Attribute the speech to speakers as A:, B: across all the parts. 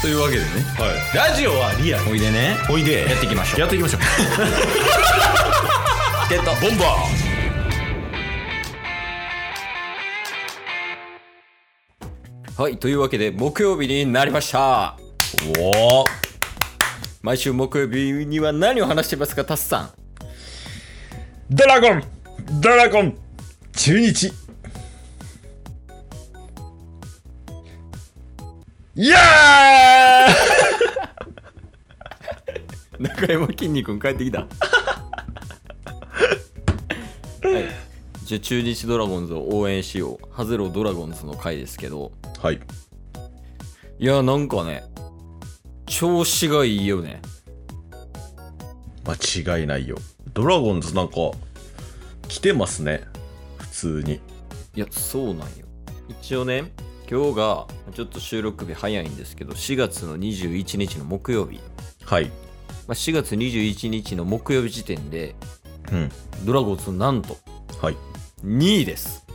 A: というわけでね
B: はい、ラジオはリアル
A: おいでね
B: おいで
A: やっていきましょう
B: やっていきましょう
A: ゲット
B: ボンバ
A: はいというわけで木曜日になりました
B: ーおお
A: 毎週木曜日には何を話してますかタスさん
B: ドラゴンドラゴン中日いや
A: 中山きんに君帰ってき たはいじゃあ中日ドラゴンズを応援しようハゼロドラゴンズの回ですけど
B: ーはい
A: いやなんかね調子がいいよね
B: 間違いないよドラゴンズなんか来てますね普通に
A: いやそうなんよ一応ね今日がちょっと収録日早いんですけど4月の21日の木曜日、
B: はい
A: まあ、4月21日の木曜日時点で
B: うん
A: ドラゴンズなんと
B: はい
A: 2位です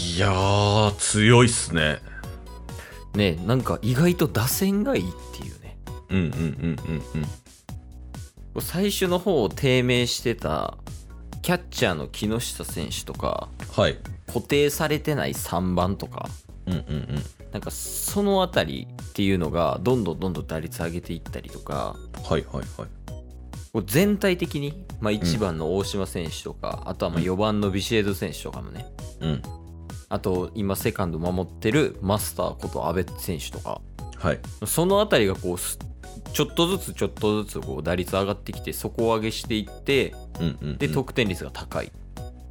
B: いやー強いっすね
A: ねなんか意外と打線がいいっていうね
B: うんうんうんうんうん
A: 最初の方を低迷してたキャッチャーの木下選手とか
B: はい
A: 固定されてない3番とか
B: うんうんうん
A: なんかそのあたりっていうのがどんどんどんどん打率上げていったりとか
B: はいはいはい
A: こう全体的に、まあ、1番の大島選手とか、あとはまあ
B: うん
A: 4番のビシエド選手とかもね
B: うん
A: あと今セカンド守ってるマスターこと阿部選手とか
B: はい
A: そのあたりがこうすちょっとずつちょっとずつこう打率上がってきて底上げしていって
B: うんうんうん
A: で得点率が高い、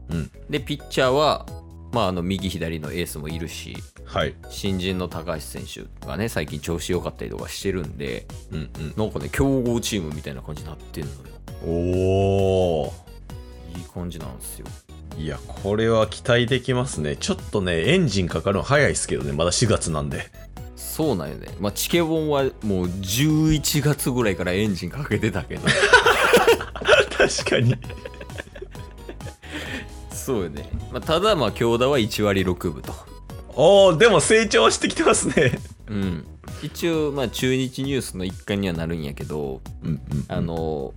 B: うん
A: でピッチャーは、まあ、あの右左のエースもいるし
B: はい
A: 新人の高橋選手がね最近調子良かったりとかしてるんで
B: うん
A: なんかね強豪チームみたいな感じになってんのよ
B: うんおお
A: いい感じなんですよ
B: いやこれは期待できますねちょっとねエンジンかかるの早いですけどねまだ4月なんで
A: そうなんよね、まあ、チケボンはもう11月ぐらいからエンジンかけてたけど
B: 確かに
A: そうよね、まあ、ただまあ京田は1割6分と
B: おおでも成長してきてますね
A: うん一応まあ中日ニュースの一環にはなるんやけど
B: うんうん
A: あの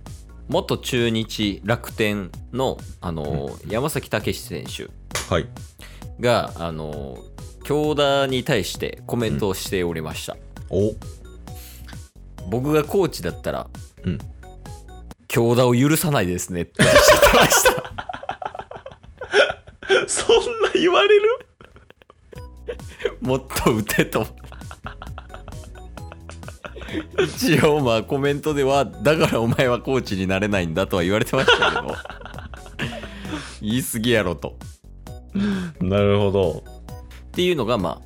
A: 元中日楽天のあの山崎武史選手
B: はい
A: があの京田に対してコメントをしておりました、
B: お
A: 僕がコーチだったら
B: うん
A: 京田を許さないです ねって言ってました
B: そんな言われる
A: もっと打てと一応まあコメントではだからお前はコーチになれないんだとは言われてましたけ ど言い過ぎやろと
B: なるほ
A: っ
B: ど
A: ていうのがまあ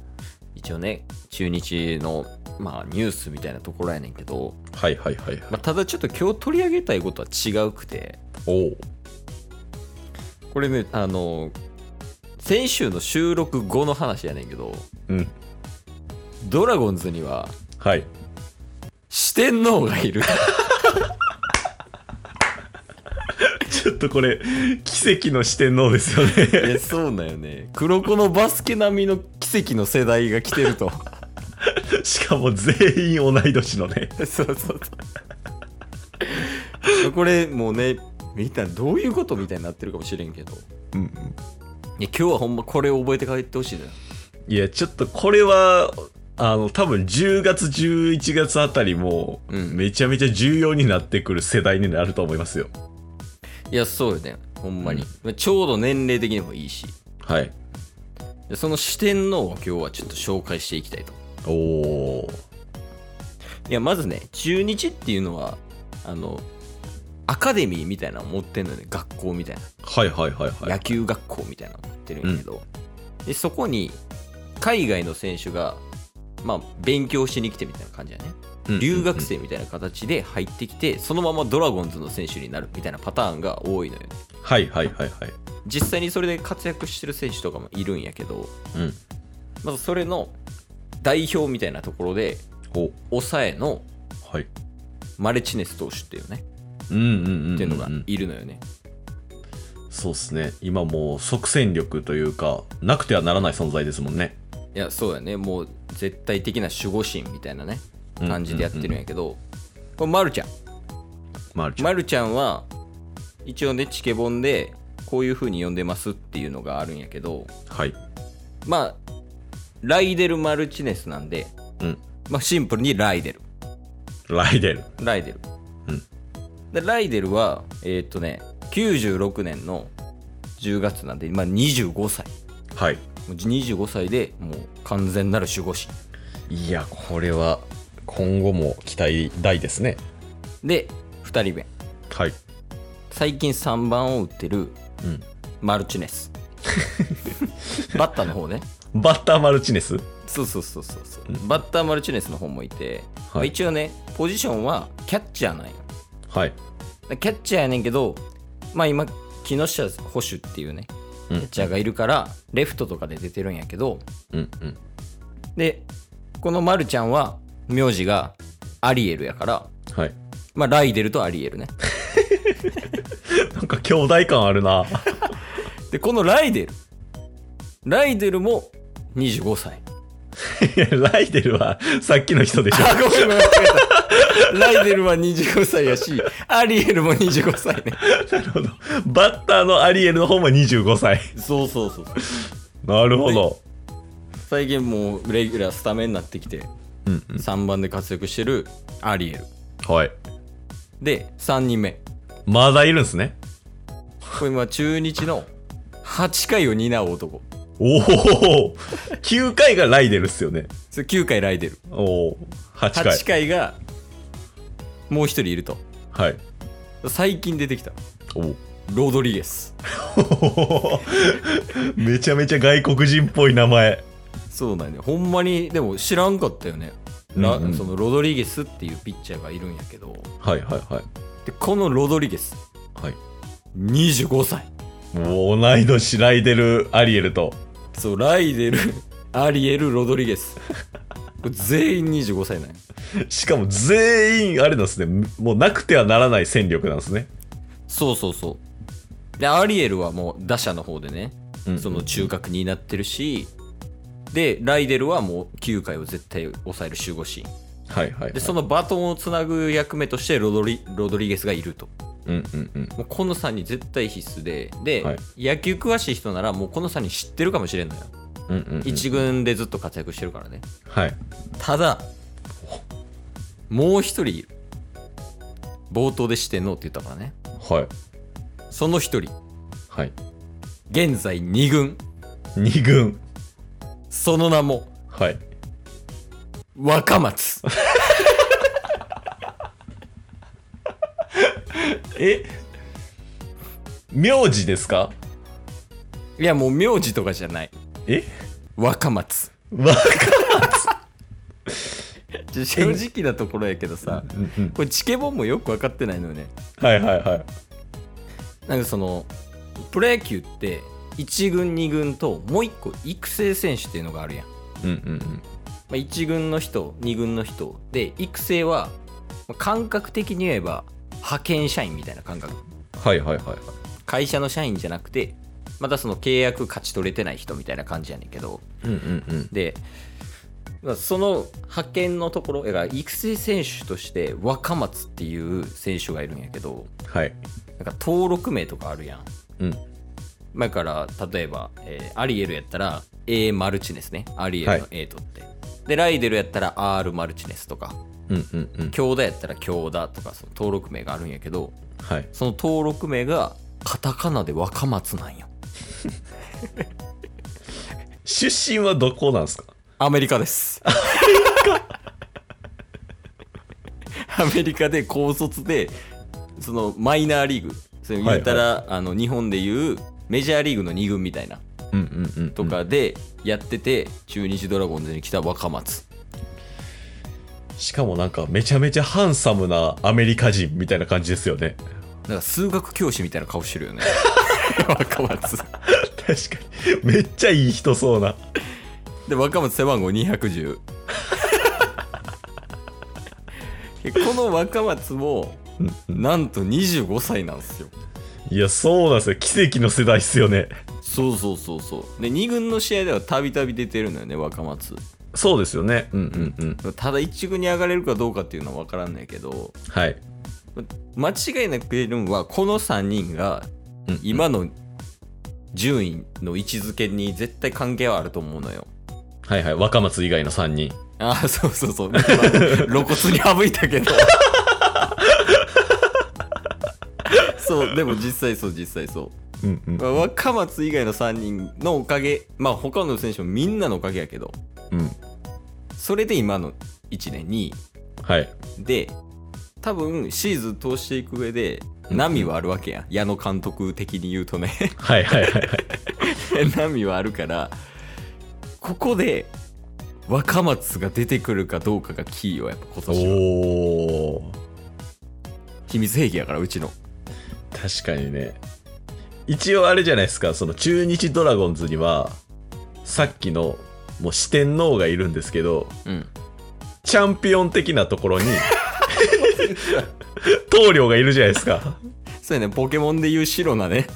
A: 一応ね中日のまあニュースみたいなところやねんけど、
B: はいはいはいはい
A: まあ、ただちょっと今日取り上げたいことは違うくて
B: おお
A: これねあの先週の収録後の話やねんけど
B: うん
A: ドラゴンズには
B: はい
A: 四天王が いる
B: ちょっとこれ奇跡の四天王ですよ
A: い
B: ね
A: やそうなんよね黒子のバスケ並みの奇跡の世代が来てると
B: しかも全員同い年のね
A: そうそうそうこれもうねみんなどういうことみたいになってるかもしれんけどい
B: うんうん
A: や今日はほんまこれを覚えて帰ってほしいのよ
B: いや、ちょっとこれは、あの、多分10月、11月あたりも、
A: うん
B: めちゃめちゃ重要になってくる世代になると思いますよ。
A: いや、そうよね。ほんまに。ちょうど年齢的にもいいし。
B: はい。
A: でその四天王を今日はちょっと紹介していきたいと。
B: おお。
A: いや、まずね、中日っていうのは、あの、アカデミーみたいなの持ってんのよね。学校みたいな。
B: はいはいはいはい。
A: 野球学校みたいなの持ってるんやけど。で、そこに、海外の選手が、まあ、勉強しに来てみたいな感じやね。
B: うん
A: 留学。生みたいな形で入ってきて、そのままドラゴンズの選手になるみたいなパターンが多いのよね。
B: はいはいはいはい。
A: 実際にそれで活躍してる選手とかもいるんやけど、
B: うん。
A: まずそれの代表みたいなところで、
B: お
A: 抑えの
B: はい。
A: マレチネス投手っていうね、
B: うんうんうん、うん。
A: っていうのがいるのよね。
B: そうっすね。今もう即戦力というか、なくてはならない存在ですもんね。
A: いやそうやねもう絶対的な守護神みたいなね感じでやってるんやけど、これまるちゃん
B: マルちゃん
A: まるちゃんは一応ねチケボンでこういう風に呼んでますっていうのがあるんやけど
B: はい
A: まあライデル・マルチネスなんで、
B: うん
A: まあ、シンプルにライデル
B: ライデル
A: ライデル、
B: うん
A: でライデルはえーっとね96年の10月なんで、まあ、25歳
B: はい
A: もう25歳でもう完全なる守護神
B: いやこれは今後も期待大ですね
A: で2人目
B: はい
A: 最近3番を打ってる
B: うん
A: マルチネ スバッターの方ね
B: バッターマルチネス
A: そうそうそうそうそう
B: うん
A: バッターマルチネスの方もいて、まあ、一応ねポジションはキャッチャーなんよ
B: はい
A: でキャッチャーやねんけどまあ今木下捕手っていうね
B: う
A: キャッ
B: ん
A: チャーがいるからレフトとかで出てるんやけど
B: うんうん
A: でこのマルちゃんは名字がアリエルやから
B: はい
A: まあライデルとアリエ ルね
B: なんか兄弟感あるな
A: でこのライデルライデルも25歳
B: いやライデルはさっきの人でしょ
A: あ、ごめんごめん間違えた。 ライデルは25歳やし、アリエルも25歳ね。
B: なるほどバッターのアリエルの方も25歳
A: そうそうそう。
B: なるほど
A: 最近もうレギュラースタメンになってきて、
B: うんう
A: 3番で活躍してるアリエル。
B: んはい
A: で、3人目。
B: まだいるんすね
A: これ今、中日の8回を担う男。
B: おお9回がライデルっすよね
A: それ9回ライデル。
B: おお8回
A: 8回が、もう一人いると。
B: はい
A: 最近出てきた。
B: おお
A: ロドリゲス。
B: めちゃめちゃ外国人っぽい名前
A: そうなんね。ほんまに、でも知らんかったよね。ラ
B: うんうん
A: そのロドリゲスっていうピッチャーがいるんやけど。
B: はいはいはい
A: でこのロドリゲス
B: はい
A: 25歳
B: もう同い年ライデルアリエルと
A: そうライデルアリエルロドリゲスこれ全員25歳なんよ
B: しかも全員あれなんですねもうなくてはならない戦力なんですね、
A: そうそうそうでアリエルはもう打者の方でねその中核になってるしでライデルはもう9回を絶対抑える守護神
B: はいはい、はい、
A: でそのバトンをつなぐ役目としてロドリロドリゲスがいると
B: うんうんうん
A: もうこの3人絶対必須でで、
B: はい
A: 野球詳しい人ならもうこの3人知ってるかもしれんのよ
B: うんうんうん
A: 1軍でずっと活躍してるからね
B: はい
A: ただもう一人いる冒頭でしてんのって言ったからね
B: はい
A: その一人
B: はい
A: 現在2軍
B: 2軍
A: その名も
B: はい
A: 若松
B: え名字ですか
A: いやもう名字とかじゃない
B: え
A: 若松
B: わか
A: ちょ正直なところやけどさ
B: うんうん
A: これチケボンもよく分かってないのよね
B: はいはいはい
A: なんかそのプロ野球って1軍2軍ともう1個育成選手っていうのがあるやん、ま
B: うんうん
A: あ、1軍の人2軍の人で育成はまあ感覚的に言えば派遣社員みたいな感覚
B: うんはいはいはいはい
A: 会社の社員じゃなくてまたその契約勝ち取れてない人みたいな感じやねんけど
B: うんうんうん
A: でまあその派遣のところだから育成選手として若松っていう選手がいるんやけど
B: はい
A: なんか登録名とかあるやん
B: うん
A: だから例えば、えーアリエルやったら A マルチネスねアリエルの
B: は
A: A とって、でライデルやったら R マルチネスとか
B: うんうんうん
A: 京田やったら京田とかその登録名があるんやけど
B: はい
A: その登録名がカタカナで若松なんよ
B: 出身はどこなんですか
A: アメリカです。アメリカで高卒で、そのマイナーリーグ、それ言ったら、あの日本でいうメジャーリーグの2軍みたいな
B: うんうんうん
A: とかでやってて、中日ドラゴンズに来た若松。
B: しかもなんかめちゃめちゃハンサムなアメリカ人みたいな感じですよね
A: なんか数学教師みたいな顔してるよね。若松。
B: 確かにめっちゃいい人そうな
A: で、若松背番号210。えこの若松も、なんと25歳なんですよ。
B: いやそうなんですよ奇跡の世代っすよね
A: そうそうそうそうで2軍の試合ではたびたび出てるのよね若松
B: そうですよね。うんうんうん。
A: ただ1軍に上がれるかどうかっていうのは分からんないけど
B: はい。
A: 間違いなく言えるのはこの3人が
B: うん
A: 今の順位の位置づけに絶対関係はあると思うのよ
B: はいはい。若松以外の3人。
A: ああそうそう そうなんか露骨に省いたけど そうでも実際そう実際そう
B: うんうん
A: まあ若松以外の3人のおかげまあ他の選手もみんなのおかげやけど
B: うん。
A: それで今の1年2位
B: はい。
A: で多分シーズン通していく上で
B: うん
A: 波はあるわけや矢野監督的に言うと ね
B: はいはいはいはい。
A: 波はあるからここで若松が出てくるかどうかがキーよやっぱ今年は
B: おー。
A: 秘密兵器やからうちの
B: 確かにね。一応あれじゃないですか、その中日ドラゴンズには、さっきの、もう四天王がいるんですけど、
A: うん
B: チャンピオン的なところ に、棟梁がいるじゃないですか。
A: そうやねポケモンで言う白なね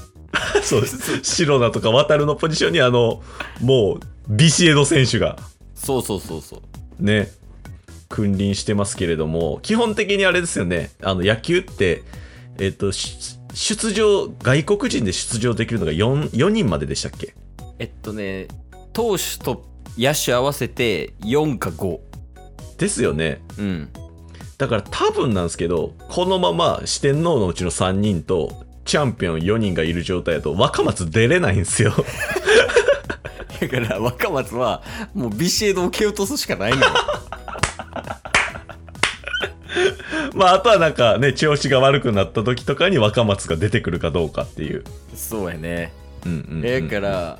B: そうです。白田とか渡るのポジションに、あの、もう、ビシエド選手が、
A: そうそうそうそう
B: ね、君臨してますけれども、基本的にあれですよね、あの、野球って、えっと、し出場、外国人で出場できるのが 4, 4人まででしたっけ
A: えっとね投手と野手合わせて4か5
B: ですよね。
A: うん
B: だから多分なんですけど、このまま四天王のうちの3人と、チャンピオン4人がいる状態だと若松出れないんですよ。
A: だから若松はもうビシエドを蹴落とすしかないのよ
B: まああとはなんかね、調子が悪くなった時とかに若松が出てくるかどうかっていう。
A: そうやね
B: うんうんうん
A: だから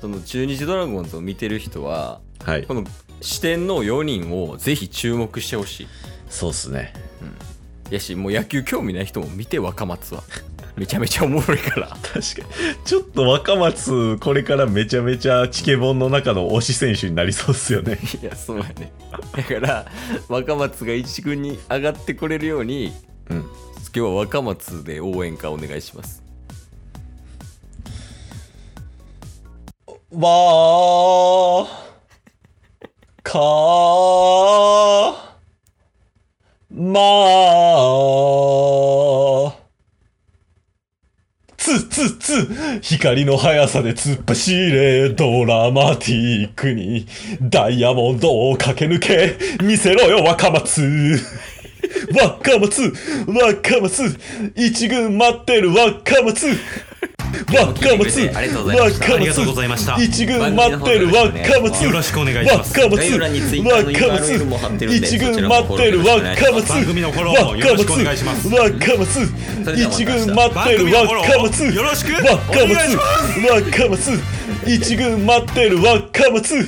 A: その中日ドラゴンズを見てる人は
B: はい
A: こ。の四天王4人をぜひ注目してほしい
B: そうっすね。
A: やしもう野球興味ない人も見て若松はめちゃめちゃおもろいから
B: 確かに。ちょっと若松、これからめちゃめちゃチケボンの中の推し選手になりそうっすよね。
A: いやそうやねだから若松が一軍に上がってこれるように
B: うん。
A: 今日は若松で応援歌お願いします
B: わーかーまーつつつ光の速さで突っ走れドラマティックにダイヤモンドを駆け抜け見せろよ若松若松若松一軍待ってる若松若松
C: ありがとうございました
B: 若松
C: ありがとうございました
B: 一軍待ってる若松
C: よろしくお願いします
B: 若松
A: 概要欄に Twitter の URL も貼ってるんで
B: 一軍待ってる若松
C: 番組のフォローもよろしくお願いします
B: 若松
A: それではまた
B: 一
A: 明日
B: 軍待ってる若松
C: 番組のフォローをよろしく
B: 若
C: お願いし
B: 松若松一軍待ってる若松